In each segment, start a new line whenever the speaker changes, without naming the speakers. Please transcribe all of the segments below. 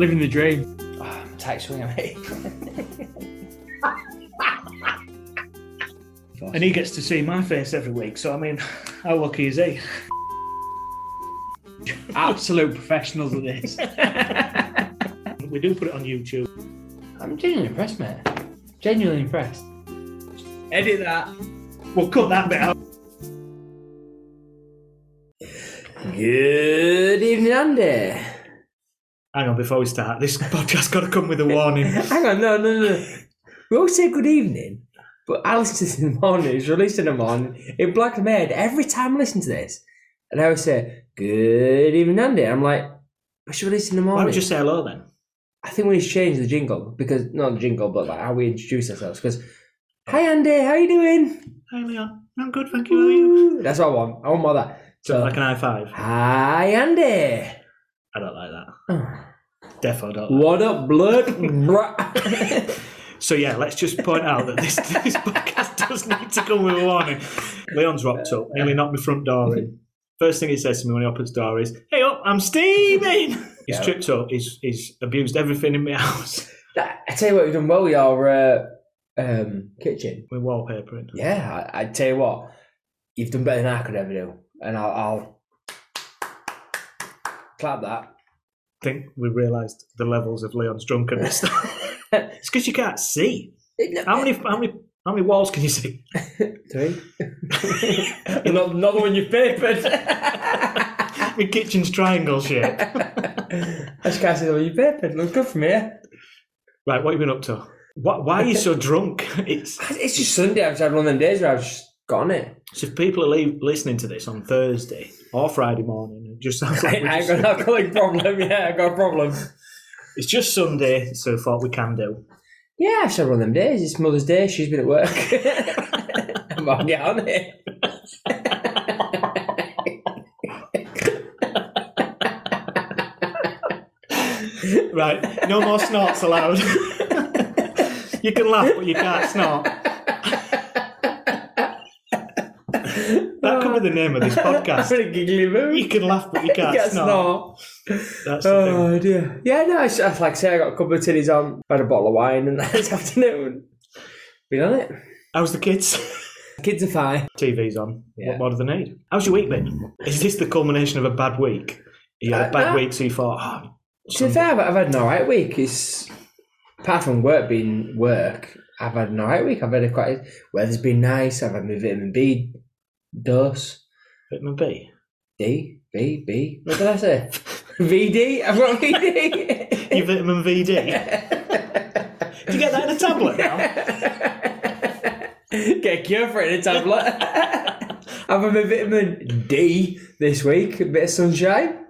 living the dream.
Oh, tax winger, mate.
And he gets to see my face every week. So, I mean, how lucky is he? Absolute professionals at this.
We do put it on YouTube.
I'm genuinely impressed, mate. Genuinely impressed.
Edit that.
We'll cut that bit out.
Good evening, Andy.
Hang on, before we start, this podcast got to come with a warning.
Hang on, no, no, no. We all say good evening, but I listen to this in the morning. It's released in the morning. It black my head every time I listen to this, and I always say good evening, Andy. I'm like, I should release in the
Why
morning.
don't you say hello then?
I think we need to change the jingle because not the jingle, but like how we introduce ourselves. Because hi, Andy, how you doing?
Hi, Leon. I'm good, thank you. How are you?
Woo. That's what I want. I want more of that.
So,
So,
like an high five.
hi, Andy.
I don't like that.
Oh.
Defo don't. Like
What up, blood? Bruh.
that. So yeah, let's just point out that this this podcast does need to come with a warning. Leon's rocked up, nearly knocked my front door in. First thing he says to me when he opens the door is, "Hey up, I'm steaming." He's
Yeah.
tripped up. He's he's abused everything in my house.
That- I tell you what, you've done well with your uh, um, kitchen.
We're wallpapering.
Yeah, I, I tell you what, you've done better than I could ever do, and I'll, I'll clap that.
I think we realised the levels of Leon's drunkenness. it's because you can't see. How many how many how many walls can you see?
Three. not, not the one you papered.
My kitchen's triangle shape.
That's can't see the one you papered. Look good from here.
Right, what have you been up to? Why, why are you so drunk? It's
It's just Sunday. I've just had one of them days where I've just got on it.
so if people are leave, listening to this on Thursday or Friday morning, it just sounds
I,
like we're
I've got
just,
an alcoholic problem. Yeah, I've got a problem.
it's just Sunday, so thought we can do.
Yeah, I've had one of them days. It's Mother's Day. She's been at work. I'm on, get on it.
Right, no more snorts allowed. you can laugh, but you can't snort. That could be the name of this podcast.
I'm in a giggly mood.
You can laugh, but you can't
Yes,
snort.
no.
That's the thing.
Oh dear. Yeah, no. It's, it's like I say, I got a couple of titties on. I had a bottle of wine, and this afternoon, been on it.
How's the kids?
Kids are fine.
TV's on.
Yeah.
What more do they need? How's your week been? Is this the culmination of a bad week? You had a
Uh,
bad
no.
week, so you thought, oh,
To be fair, I've I've had an alright week. It's apart from work being work, I've had an alright week. I've had a quite weather's been nice. I've had my vitamin B dose.
vitamin B.
D B B. What did I say? VD. I've got VD.
Your vitamin VD. Do you get that in a tablet now?
Get a cure for it in a tablet. I've had my vitamin D this week. A bit of sunshine.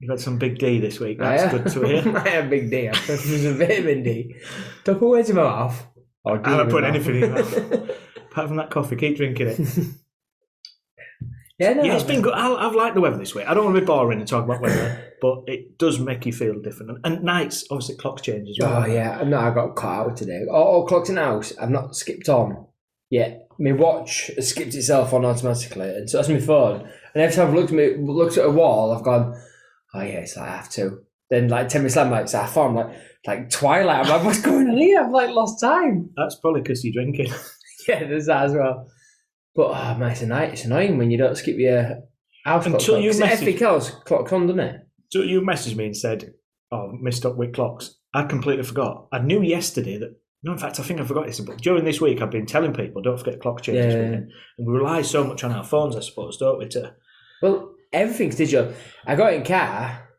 You've had some big D this week.
I
That's
have-
good to hear.
I have big D. I've had some vitamin D. Don't put words in my mouth. Or D
I haven't
in
put
my mouth.
anything in that. Apart from that coffee, keep drinking it.
Yeah, no,
Yeah, it's been good. I, I've liked the weather this week. I don't want to be boring and talk about weather, but it does make you feel different. And, and nights, obviously, clocks change as well.
Oh yeah, no, I got caught out today. Oh, oh clocked in the house. I've not skipped on yet. My watch has skipped itself on automatically, and so that's my phone. And every time I've looked at me, looked at a wall, I've gone, oh yeah, it's like I have to. Then like ten minutes later, I'm like, it's half four. I'm like, like twilight. I'm like, what's going on here? I've like lost time.
That's probably because you're drinking.
Yeah, there's that as well. But oh man, it's, annoying. it's annoying when you don't skip your house clock
Until
time,
you
'cause
message-
everything else clock on, doesn't it?
So you messaged me and said, "Oh, missed up with clocks." I completely forgot. I knew yesterday that. No, in fact, I think I forgot this. But during this week, I've been telling people, "Don't forget clock changes."
Yeah.
weekend." And we rely so much on our phones, I suppose, don't we? To
Well, everything's digital. I got in car,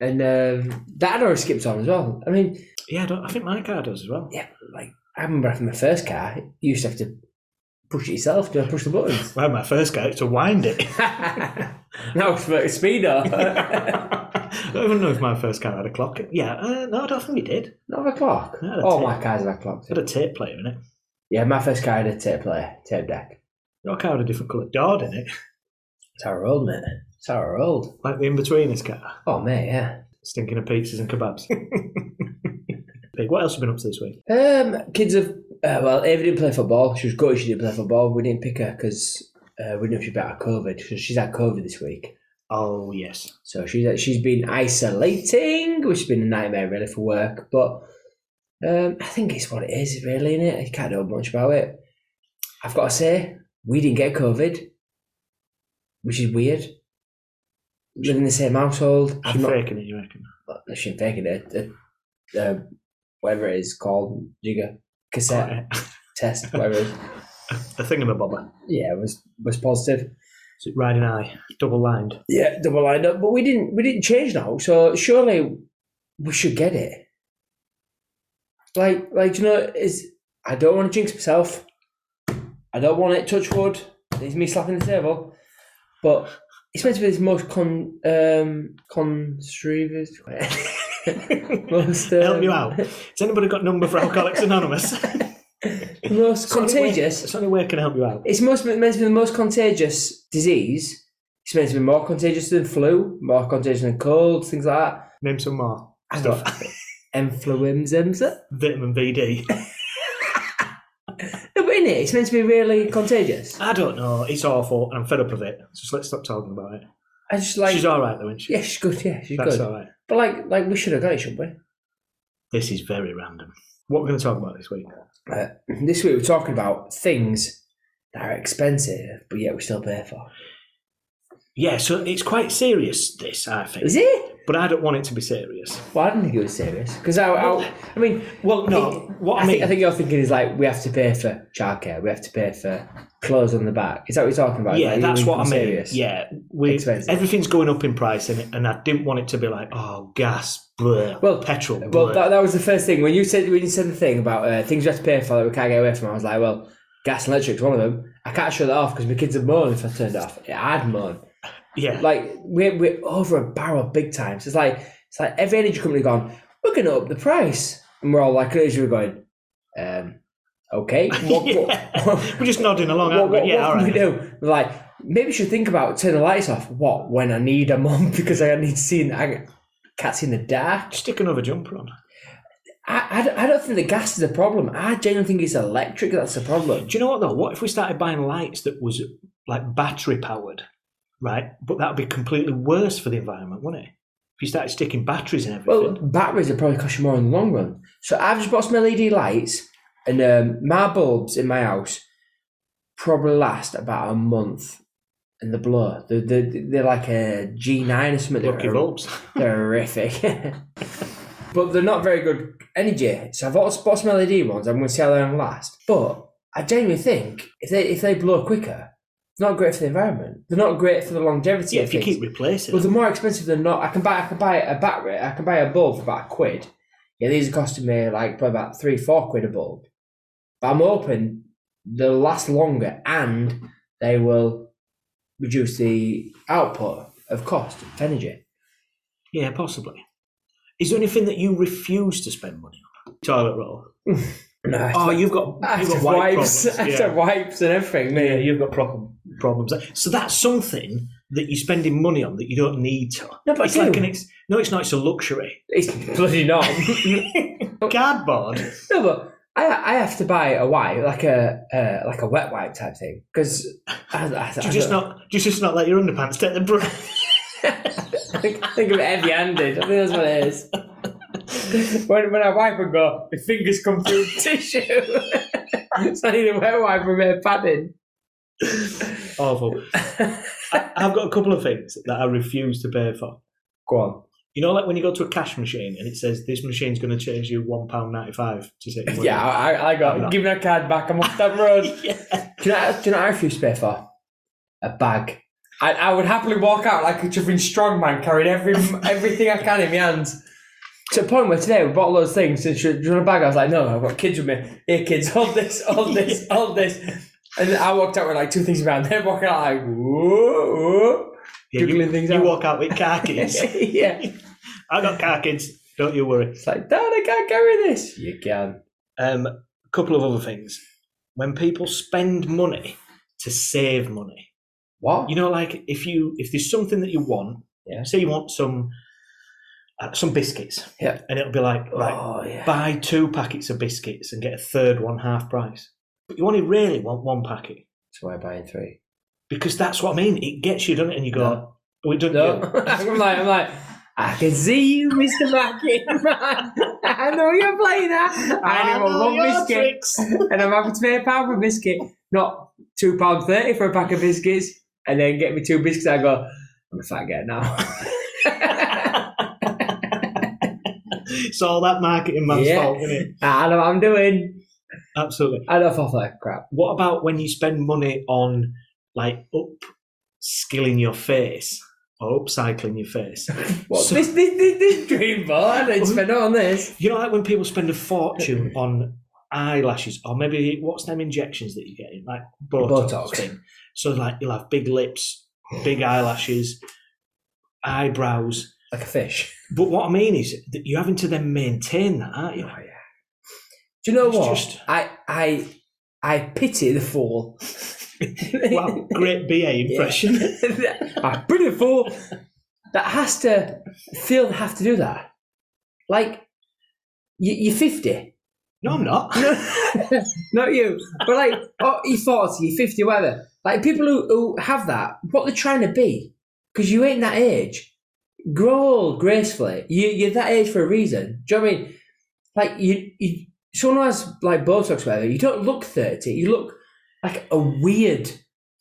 and um, that had already skipped on as well. I mean,
yeah, I, don't, I think my car does as well.
yeah, like I remember after my first car, you used to have to push it yourself to push the buttons.
Well, my first car it's to wind it.
now it's for speedo.
I don't even know if my first car had a clock. Yeah, uh, no, I don't think it did.
Not a clock.
No, that's
All
it.
my cars have a clock.
It had a tape player in it.
Yeah, my first car had a tape player, tape deck.
Your car had a different coloured dart in it,
It's how we're old, mate. It's how we're old.
like the in betweeners car,
Oh, mate, yeah.
stinking of pizzas and kebabs. Pig, what else have you been up to this week?
Um, kids have. Uh, well, Ava didn't play football. She was gutted she didn't play football. We didn't pick her because uh, we didn't know she'd be out of COVID. So she's had COVID this week.
Oh yes.
So she's she's been isolating, which has been a nightmare really for work. But um, I think it's what it is, really, is it? I can't know much about it. I've got to say, we didn't get COVID, which is weird. Live in the same household.
She's
I've not
faking it, you reckon?
she's faking it. uh, uh, whatever it is called, jigger cassette test, whatever. It is.
A thingamabobber.
Yeah, it was was positive.
Is it riding eye? Double lined.
Yeah, double lined up, but we didn't we didn't change now. So surely we should get it. Like like do you know is I don't want to jinx myself. I don't want it. Touch wood. It's me slapping the table, but it's meant to be this most con um constrivers. most um,
Help you out. Has anybody got number for Alcoholics Anonymous?
Most
It's
contagious.
the only way I can help you out.
It's most meant to be the most contagious disease. It's meant to be more contagious than flu, more contagious than colds, things like that.
Name some more.
I
Stuff.
don't- Influenza.
Vitamin VD.
No, but in it, it's meant to be really contagious.
I don't know. It's awful. I'm fed up of it. Just let's stop talking about it.
I just like.
she's all right though, isn't she?
yeah, she's good. Yeah, she's
That's
good.
all right.
But like, like we should have got it, shouldn't we?
This is very random. What we're going to talk about this week?
Uh, this week we're talking about things that are expensive, but yet we still pay for.
Yeah, so it's quite serious. This I think,
Is it?
but I don't want it to be serious.
Well, I didn't think it was serious because I, I, I mean,
Well, no. what I,
I
mean,
think, I think you're thinking is like we have to pay for childcare, we have to pay for clothes on the back. Is that what you're talking about?
yeah,
Like,
that's
you're
what I mean.
serious?
Yeah, we
Expensive.
everything's going up in price, and and I didn't want it to be like oh gas, bleh,
Well,
petrol, bleh.
Well, that, that was the first thing when you said when you said the thing about uh, things you have to pay for that we can't get away from. I was like, well, gas and electric's one of them. I can't shut that off because my kids would moan if I turned it off. Yeah, I'd moan.
yeah,
Like we're we're over a barrel big time. So it's like it's like every energy company gone. We're going to up the price, and we're all like, as we're going, um, okay, what, what,
we're just nodding along.
what,
aren't we?
what,
yeah,
what
all
can
right.
we do? We're like, maybe we should think about turning the lights off. What when I need a mum because I need seeing I can't see in the dark.
Stick another jumper on.
I, I, don't- I don't think the gas is a problem. I genuinely think it's electric that's the problem.
Do you know what though? What if we started buying lights that was like battery powered, right? But that would be completely worse for the environment, wouldn't it? If you started sticking batteries in
Well,
everything.
batteries will probably cost you more in the long run. So I've just bought some LED lights, and um, my bulbs in my house probably last about a month. And the blur, they're, they're, they're like a G9 or something. They're
Lucky
hor-
bulbs.
They're horrific. but they're not very good energy. So I've also bought some LED ones. I'm going to see how they last. But I genuinely think if they if they blow quicker, they're not great for the environment. They're not great for the longevity.
yeah,
of
if you
things.
keep replacing
Well,
them.
they're more expensive than not. I can buy I can buy a battery. I can buy a bulb for about a quid. Yeah, these are costing me like probably about three four quid a bulb. But I'm hoping they'll last longer and they will reduce the output of cost of energy.
Yeah, possibly. Is there anything that you refuse to spend money on? Toilet roll.
No, I
Oh, you've got
I have
you've got
to
white
wipes,
problems.
I have to
Yeah.
wipes and everything. mate.
yeah, you've got problem problems. So that's something that you're spending money on that you don't need to.
No, but I
it's like
do.
an ex- no, it's not. It's a luxury.
It's bloody not.
Cardboard.
no, but I, I have to buy a wipe, like a uh, like a wet wipe type thing, because I, I,
Do
I
you just
don't-
not? Do you just not let your underpants take the breath?
I think I think of heavy-handed. I think that's what it is. When, when I wipe and go, my fingers come through the tissue. so I need a wet wipe with a bit of padding.
Awful. I, I've got a couple of things that I refuse to pay for.
Go on.
You know, like when you go to a cash machine and it says this machine's going to charge you one pound ninety five to take your money."
Yeah, I, I- I
I'm
got.
not.
Give me that card back. I'm off that road.
yeah.
Do you know? Do you know what I refuse to pay for? A bag. I, I would happily walk out like a chuffing strong man, carrying every everything I can in my hands. To the point where today we bought all those things, and she, do you want a bag? I was like, no, I've got kids with me. Here, kids, hold this, hold this, hold this. And then I walked out with like two things around. They're walking out like, whoa, whoa.
Yeah, you,
Juggling things
you
out.
walk out with car keys.
yeah.
I got car keys. Don't you worry.
It's like, Dad, I can't carry this. You can.
Um, a couple of other things. When people spend money to save money,
What?
you know, like if you if there's something that you want,
Yeah.
say you want some uh, some biscuits,
Yeah.
and it'll be like right,
oh, yeah.
buy two packets of biscuits and get a third one half price. But you only really want one packet
So we're buying three.
because that's what I mean. It gets you, doesn't it? And you go, we don't.
No, I'm like, I'm like, I can see you, Mr. Mackie. I know you're playing that. I,
I
know
know
one
your
biscuit,
tricks.
and I'm having to pay a pound for a biscuit, not two pound thirty for a pack of biscuits, and then get me two biscuits. I go, I'm a fat guy now.
It's all that marketing man's
Yeah.
fault, isn't it?
I know what I'm doing.
Absolutely.
I don't fall for that crap.
What about when you spend money on like up skilling your face or upcycling your face?
What
So-
this, this, this, this dream boy? I didn't spend all on this.
You know, like when people spend a fortune on eyelashes or maybe what's them injections that you get in, like Botox.
Botox.
Thing. So like you'll have big lips, big eyelashes, eyebrows.
Like a fish.
But what I mean is that you're having to then maintain that, aren't you?
Oh, yeah. Do you know
It's
what?
just-
I I I pity the fool.
Wow, great BA impression.
I pity the fool that has to feel they have to do that. Like you, you're fifty.
No, I'm not.
No, not you. But like, oh, you're 40, you're 50, whatever. Like, people who, who have that, what they're trying to be, because you ain't that age. Grow old gracefully. You, you're that age for a reason. Do you know what I mean? Like, you, you someone who has like Botox, or whatever, you don't look 30, you look like a weird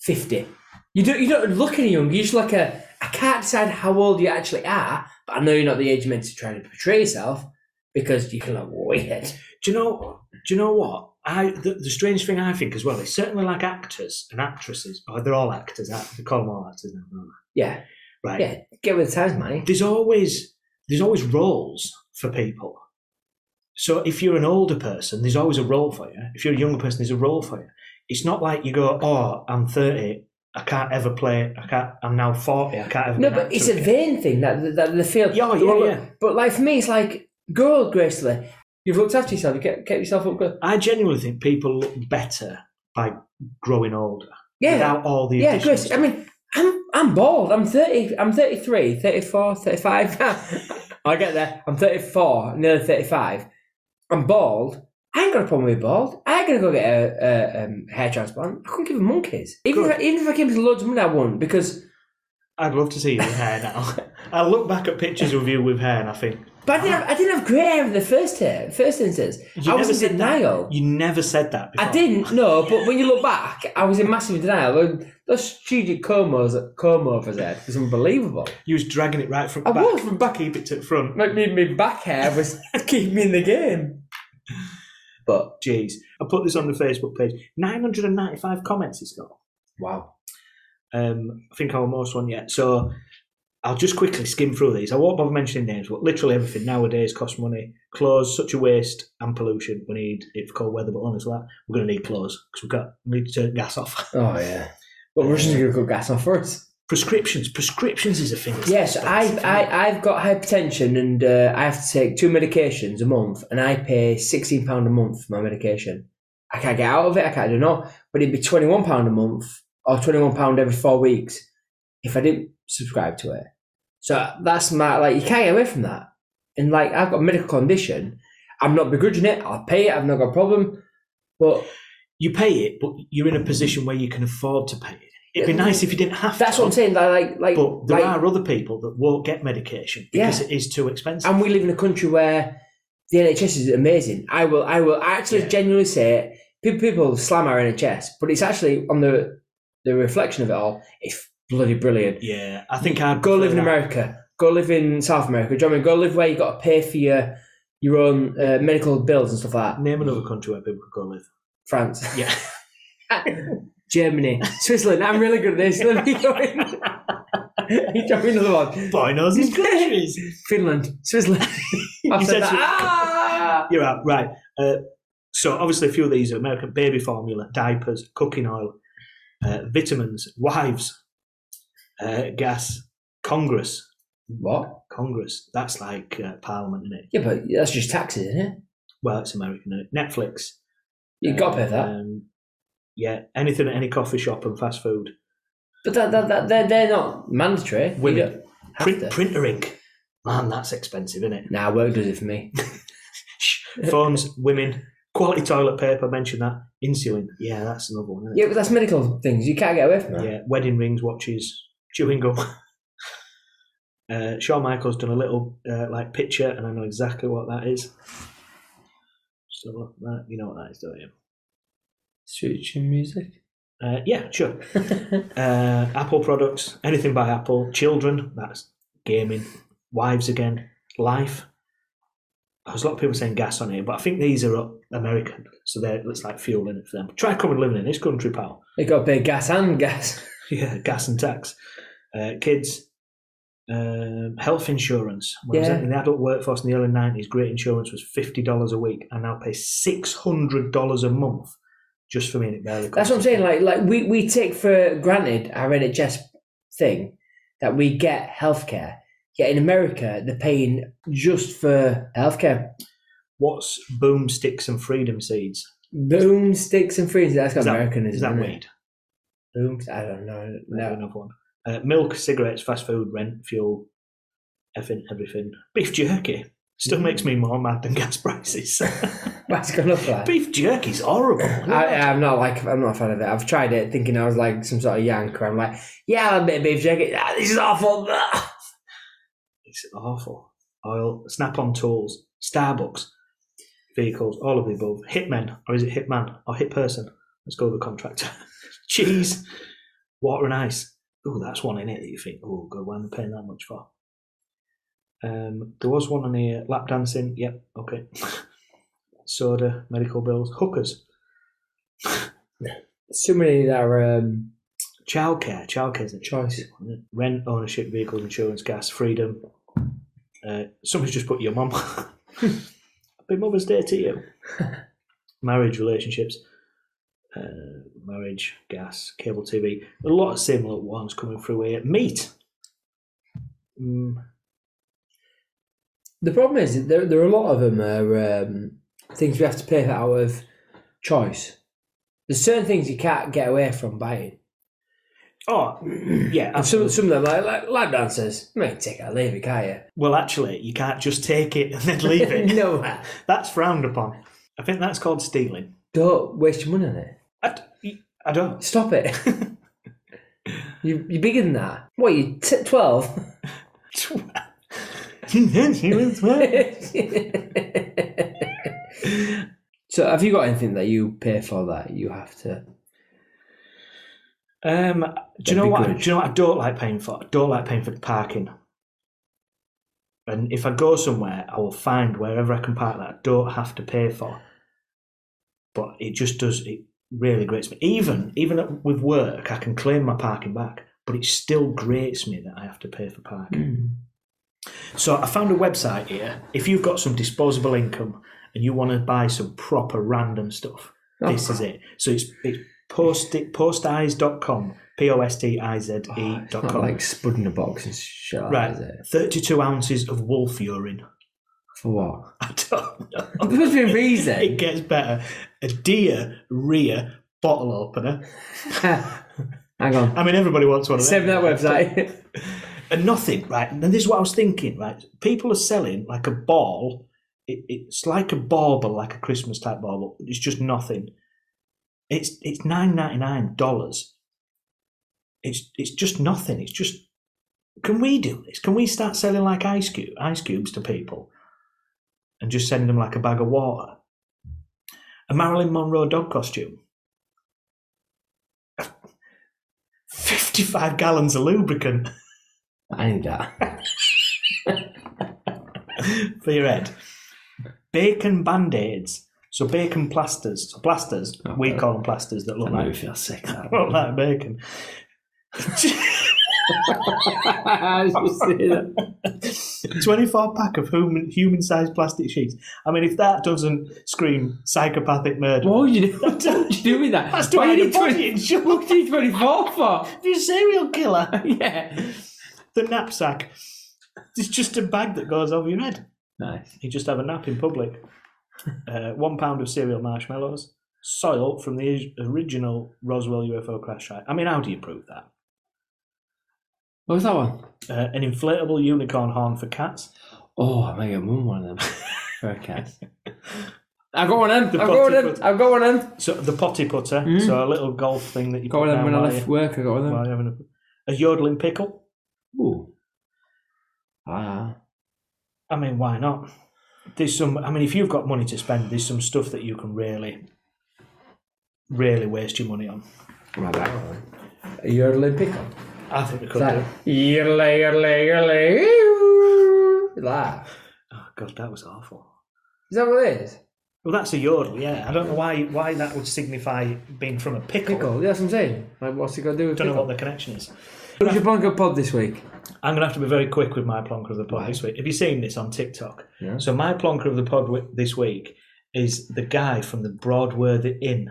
50. You don't, you don't look any younger, you're just like a, I can't decide how old you actually are, but I know you're not the age meant to try to portray yourself because you can look weird.
do you know do you know what i the, the strange thing i think as well is certainly like actors and actresses or they're all actors aren't they? they call them all actors now don't
Yeah.
they? right
Yeah, get with the times, mate.
there's always there's always roles for people so if you're an older person there's always a role for you if you're a younger person there's a role for you it's not like you go oh i'm 30 i can't ever play i can't i'm now 40 i can't ever
No,
be an
but
actor
it's a
again."
vain thing that that the feel.
Yeah, oh,
the
yeah,
one-
yeah.
But like for me, it's like go old gracefully. You've looked after yourself. You kept, kept yourself up good.
i genuinely think people look better by growing older
Yeah,
without all the
yeah,
additional
grace. I mean, I'm I'm bald. I'm thirty. I'm 33, 34, 35. I get there. I'm thirty four, nearly thirty five. I'm bald. I ain't got a problem with bald. I ain't gonna go get a, a um, hair transplant. I couldn't give a monkeys. Even if I, even if I came to loads of money, I wouldn't because.
I'd love to see you with hair now. I look back at pictures of you with hair and I think
But I didn't, have, I didn't have grey hair in the first hair, first instance.
You
I was
never
in
said
denial.
you never said that before.
I didn't, no, but when you look back, I was in massive denial. And Those strategic combos, comb overs there was unbelievable.
You was dragging it right from
I
back.
was from back.
Keep it to the front.
My, my, my back hair was keeping me in the game. But,
Jeez, I put this on the Facebook page. Nine hundred and ninety-five comments it's got.
wow.
Um, I think I'm almost one yet. So I'll just quickly skim through these. I won't bother mentioning names, but literally everything nowadays costs money. Clothes, such a waste and pollution. We need it for cold weather, but honestly, we're going to need clothes because we've got we need to turn gas off.
Oh, yeah. But Russians are going to cook gas on for us.
prescriptions, prescriptions is a thing. that's
Yes,
expensive,
I've,
isn't it?
I, I've got hypertension and uh, I have to take two medications a month and I pay £16 a month for my medication. I can't get out of it, I can't do not, but it'd be £21 a month or £21 every four weeks if I didn't subscribe to it. So that's my, like, you can't get away from that. And like, I've got a medical condition. I'm not begrudging it, I'll pay it, I've not got a problem. But
you pay it, but you're in a position where you can afford to pay it. It'd be
Yeah.
nice if you didn't have
that's
to.
what I'm saying. Like, like,
But there
like,
are other people that won't get medication because it is too expensive.
and we live in a country where the NHS is amazing. I will, I will actually
Yeah.
genuinely say it. Pe- People slam our NHS, but it's actually on the the reflection of it all. It's bloody brilliant.
yeah, I think I'd
Go live in
prefer that.
America. Go live in South America. Do you know what I mean? Go live where you got to pay for your your own uh, medical bills and stuff like that.
Name another country where people could go live.
France,
Yeah,
Germany, Switzerland. I'm really good at this. Let me go in. you drop me another one.
boy knows his countries.
Finland, Switzerland. I've
said
said that.
Switzerland.
Ah!
You're out, right? Uh, so obviously, a few of these are American baby formula, diapers, cooking oil, uh, vitamins, wives, uh, gas, Congress,
What?
Congress. That's like uh, Parliament, isn't it?
Yeah, but that's just taxes, isn't it?
Well, it's American. isn't it? Netflix,
You got to pay that.
Um, yeah, anything at any coffee shop and fast food.
But that, that, that they're, they're not mandatory. You
Women.
don't have to.
Print, printer ink. Man, that's expensive, isn't it?
Nah, work does it for me.
Shh. Phones, women, quality toilet paper, mention that. Insulin. Yeah, that's another one. Isn't
yeah, but that's medical things. You can't get away from
it?
that.
Yeah, wedding rings, watches, chewing gum. Uh, Shawn Michaels done a little uh, like picture, and I know exactly what that is. So look, that you know what that is, don't you?
Switching music.
Uh, yeah, sure. uh, Apple products, anything by Apple. Children, that's gaming. Wives again. Life. There's a lot of people saying gas on here, but I think these are up American, so they're, it's like fuel in it for them. Try coming living in this country, pal.
They got big gas and gas.
yeah, gas and tax. Uh, kids. Um, health insurance. When I was
Yeah.
in the adult workforce in the early 90s, great insurance was $50 a week. I now pay $600 a month just for me.
That's what I'm saying. Like, like we, we take for granted our NHS thing that we get healthcare. Yet in America, they're paying just for healthcare.
What's boomsticks and freedom seeds?
Boom sticks and freezes. That's got
Is that-
American,
Is that
isn't it?
weed?
Boom. I don't know.
No,
No.
another one. Uh, milk, cigarettes, fast food, rent, fuel, effing everything. Beef jerky
Mm.
still makes me more mad than gas prices.
What's going up like?
Beef jerky's horrible.
I, I'm not like I'm not a fan of it. I've tried it thinking I was like some sort of yank. where I'm like, yeah, I'll admit beef jerky. Ah, this is awful. Ah.
it's awful. Oil, snap-on tools, Starbucks, vehicles, all of the above. Hitmen, or is it hitman or hit person? Let's go with the contractor. Cheese, water and ice. Oh, that's one in it that you think, oh, good, why am I paying that much for? Um, there was one on here, lap dancing. Yep, okay. Soda, medical bills, hookers,
So many that are um,
childcare. Childcare's a
Choice.
Rent, ownership, vehicles, insurance, gas, freedom. Uh, somebody's just put your mum. Happy Mother's Day to you. marriage, relationships, uh, marriage, gas, cable TV. A lot of similar ones coming through here. Meat. Mm,
The problem is that there, there are a lot of them are um, things we have to pay for out of choice. There's certain things you can't get away from buying.
Oh, yeah.
And some,
absolutely.
some of them, like, like lab dancers, you may take it or leave it, can't you?
Well, actually, you can't just take it and then leave it.
no,
That's frowned upon. I think that's called stealing.
don't waste your money on it.
I, d- I don't.
Stop it. you, you're bigger than that. What, you t- 12? so have you got anything that you pay for that you have to?
Um, do you
That'd
know
be
what?
good.
Do you know what I don't like paying for? I don't like paying for parking. And if I go somewhere, I will find wherever I can park that I don't have to pay for. But it just does. It really grates me. Even even at- with work, I can claim my parking back, but it still grates me that I have to pay for parking. So I found a website here. If you've got some disposable income and you want to buy some proper random stuff, this
Oh.
is it. So it's, it's post postize.com, P O S T I Z E
It's
dot
not
com.
like spud in a box and shit. Like
right,
that, is it?
32 ounces of wolf urine.
For what?
I don't know.
There must be a
It
reason.
gets better. A deer rear bottle opener.
Hang on.
I mean, everybody wants one of
Save
them.
that website.
and nothing, right? And this is what I was thinking, right? People are selling like a ball. It, it's like a bauble, like a Christmas type bauble. It's just nothing. It's it's nine ninety nine dollars. It's it's just nothing. It's just. Can we do this? Can we start selling like ice cube ice cubes to people, and just send them like a bag of water? A Marilyn Monroe dog costume. Fifty five gallons of lubricant.
I need that.
for your head. Bacon band aids. So bacon plasters. So plasters. we call them plasters that look
I
like,
feel sick.
look like bacon.
I just see that.
24 pack of human human sized plastic sheets. I mean, if that doesn't scream psychopathic murder,
What would you do? What would you do with that?
that's
Why
doing
you
a
need
body
20,
insurance.
what do you need 24 for?
If you're a serial killer,
Yeah.
the knapsack. It's just a bag that goes over your head.
Nice.
You just have a nap in public. Uh, one pound of cereal marshmallows, soil from the original Roswell UFO crash site. I mean, how do you prove that?
What was that one?
Uh, an inflatable unicorn horn for cats.
Oh, I might get mum one of them for a cat. I've got one of them.
The
I've got one
potty
of them.
foot.
I've got one of them.
So the potty putter,
Mm.
so a little golf thing that you
Got
put
one of
down
them when I
while
left
you-
work. I got one of
while
them.
you're having a, a yodeling pickle,
Ooh. Ah.
I mean, why not? There's some. I mean, if you've got money to spend, there's some stuff that you can really, really waste your money on.
My back. A yodeling pickle.
I think we could
It's like,
do.
yodel, yodel, yodel, Laugh.
Oh God, that was awful.
Is that what it is?
Well, that's a yodel. Yeah, I don't know why why that would signify being from a pickle.
Pickle. Yeah, that's what I'm saying. Like, what's it got to do with
Don't know what
pickle?
the connection is.
Who's your blanket pod this week?
I'm gonna have to be very quick with my plonker of the pod this week. Have you seen this on TikTok?
Yeah.
So my plonker of the pod wi- this week is the guy from the Broadworthy Inn.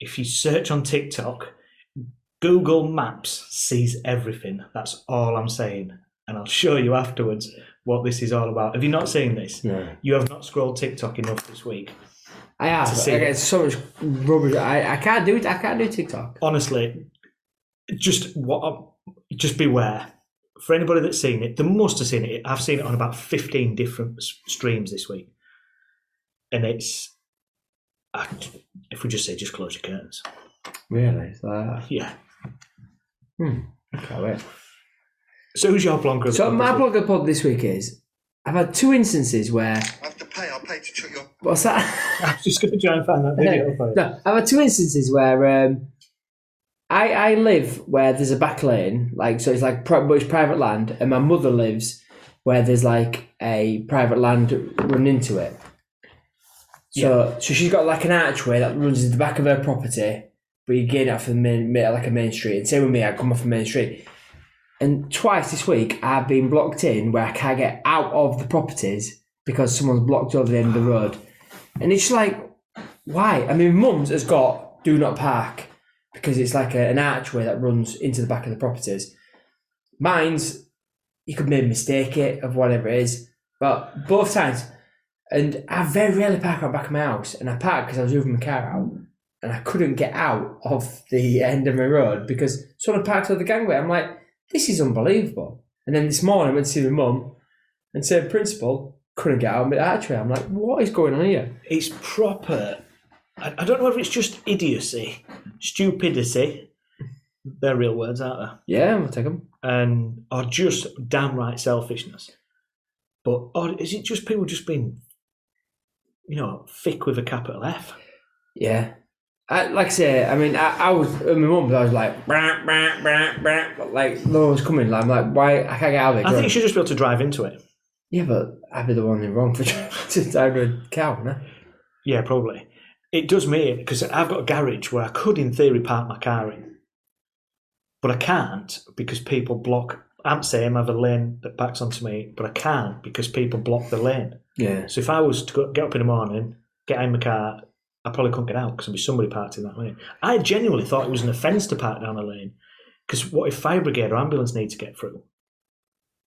If you search on TikTok, Google Maps sees everything. That's all I'm saying, and I'll show you afterwards what this is all about. Have you not seen this?
No.
You have not scrolled TikTok enough this week.
I have.
To
but
see
I
it.
get so much rubbish. I, I can't do it. I can't do TikTok.
honestly, just what, just beware. For anybody that's seen it, they must have seen it. I've seen it on about fifteen different s- streams this week, and it's. I, if we just say, just close your curtains.
Really? It's like
Yeah.
that. Can't wait.
So who's your plonker? of
So
the
my
week?
blogger pod this week is I've had two instances where
I have to pay. I'll pay to shut your
what's that?
I was just going to try and find that video for you.
no, I've had two instances where um, I I live where there's a back lane, like so it's like pri- but it's private land, and my mother lives where there's like a private land run into it. So so she's got like an archway that runs into the back of her property, but you get it off the main, main like a main street. And same with me, I come off the main street. And twice this week, I've been blocked in where I can't get out of the properties because someone's blocked over the end of the road. And it's just like, why? I mean, Mums has got do not park because it's like a, an archway that runs into the back of the properties. Mine's you could maybe mistake it of whatever it is, but both times. And I very rarely park out back of my house, and I parked because I was moving my car out, and I couldn't get out of the end of my road because someone parked on the gangway. I'm like, this is unbelievable. And then this morning I went to see my mum, and same principle couldn't get out of the archway. I'm like, what is going on here?
It's proper. I, I don't know if it's just idiocy, stupidity. They're real words, aren't they?
Yeah, we'll take them.
and or just downright selfishness. But or is it just people just being, you know, thick with a capital F?
Yeah. I, like I say, I mean, I, I was, at my mum's, I was like, brah, brah, brah, brah, but like, no one's coming. Like, I'm like, why? I can't get out of it.
I think you should just be able to drive into it.
yeah, but I'd be the one in wrong for since I would count, no?
Yeah, probably. It does me because I've got a garage where I could, in theory, park my car in, but I can't because people block. I'm saying I have a lane that backs onto me, but I can't because people block the lane.
Yeah.
So if I was to go, get up in the morning, get out in my car, I probably couldn't get out because there'd be somebody parked in that lane. I genuinely thought it was an offence to park down a lane because what if fire brigade or ambulance need to get through?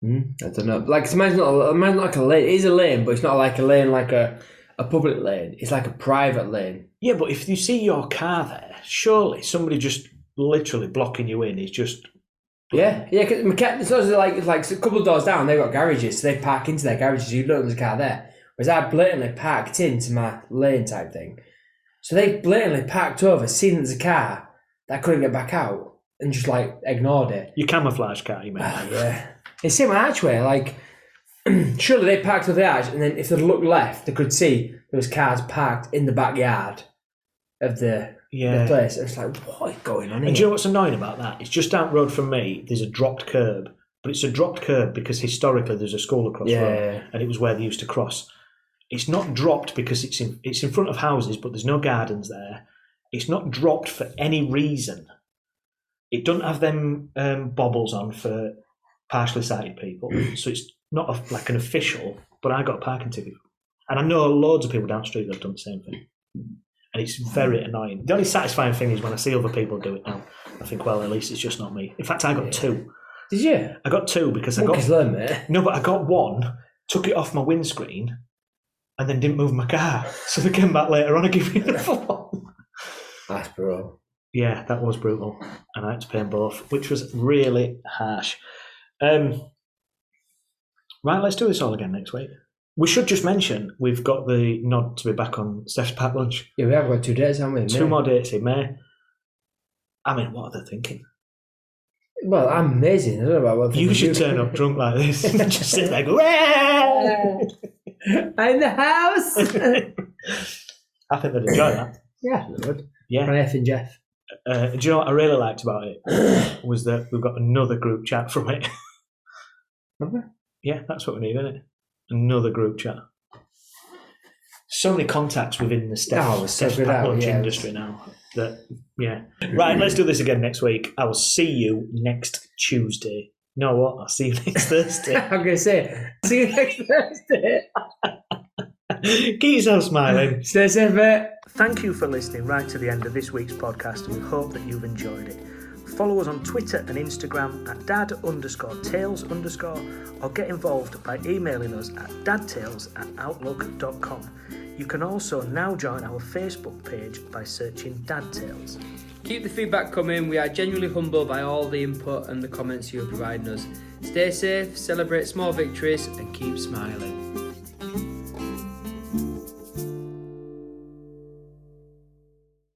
Mm, I don't know. Like, it's mine's not, mine's not like a lane. It is a lane, but it's not like a lane, like a, a public lane. It's like a private lane.
Yeah, but if you see your car there, surely somebody just literally blocking you in is just
Yeah, yeah. Cause my cat, it's also like it's like a couple of doors down. They've got garages, so they park into their garages. You don't there's a car there. Whereas I blatantly parked into my lane type thing, so they blatantly parked over, seen there's a car that I couldn't get back out, and just like ignored it.
your camouflage car, you mean?
Ah, yeah, it's same with archway. Like surely they parked over the arch, and then if they looked left, they could see there was cars parked in the backyard of the, the
yeah.
place. It's like what is going on here?
And do you know what's annoying about that? It's just down the road from me, there's a dropped curb. But it's a dropped curb because historically there's a school across the
yeah,
road.
yeah, yeah.
and it was where they used to cross. It's not dropped because it's in it's in front of houses, but there's no gardens there. It's not dropped for any reason. It doesn't have them um, bobbles on for partially sighted people, so it's not a, like an official. But I got a parking ticket, and I know loads of people down the street that have done the same thing, and it's very annoying. The only satisfying thing is when I see other people do it now. I think, well, at least it's just not me. In fact, I got two.
Did you?
I got two because I got
Monkeys learn, mate.
no, but I got one, took it off my windscreen, and then didn't move my car. So they came back later on and gave me another one.
That's brutal.
Yeah, that was brutal. And I had to pay them both, which was really harsh. Um, right, let's do this all again next week. We should just mention we've got the nod to be back on Steph's Pack Lunch.
Yeah, we have got two days, haven't we?
Two more dates in May. I mean, what are they thinking?
Well, I'm amazing. I don't know about what
You should turn up drunk like this and just sit there go, "Wah!"
I'm the house.
I think they'd enjoy that.
yeah, they would.
Yeah.
My F and Jeff.
Uh, do you know what I really liked about it? was that we've got another group chat from it.
Have we?
Yeah, that's what we need, isn't it? Another group chat. So many contacts within the Steph,
Oh, it's so
Steph
good out,
Paplunge
yeah.
industry now. That yeah. Right, let's do this again next week. I will see you next Tuesday. You know what? I'll see you next Thursday.
I'm gonna say. See you next Thursday.
Keep yourself smiling.
Stay safe, mate.
Thank you for listening right to the end of this week's podcast, and we hope that you've enjoyed it. Follow us on Twitter and Instagram at dad underscore tales underscore, or get involved by emailing us at dadtales at outlook.com. You can also now join our Facebook page by searching Dad Tales.
Keep the feedback coming. We are genuinely humbled by all the input and the comments you are providing us. Stay safe, celebrate small victories, and keep smiling.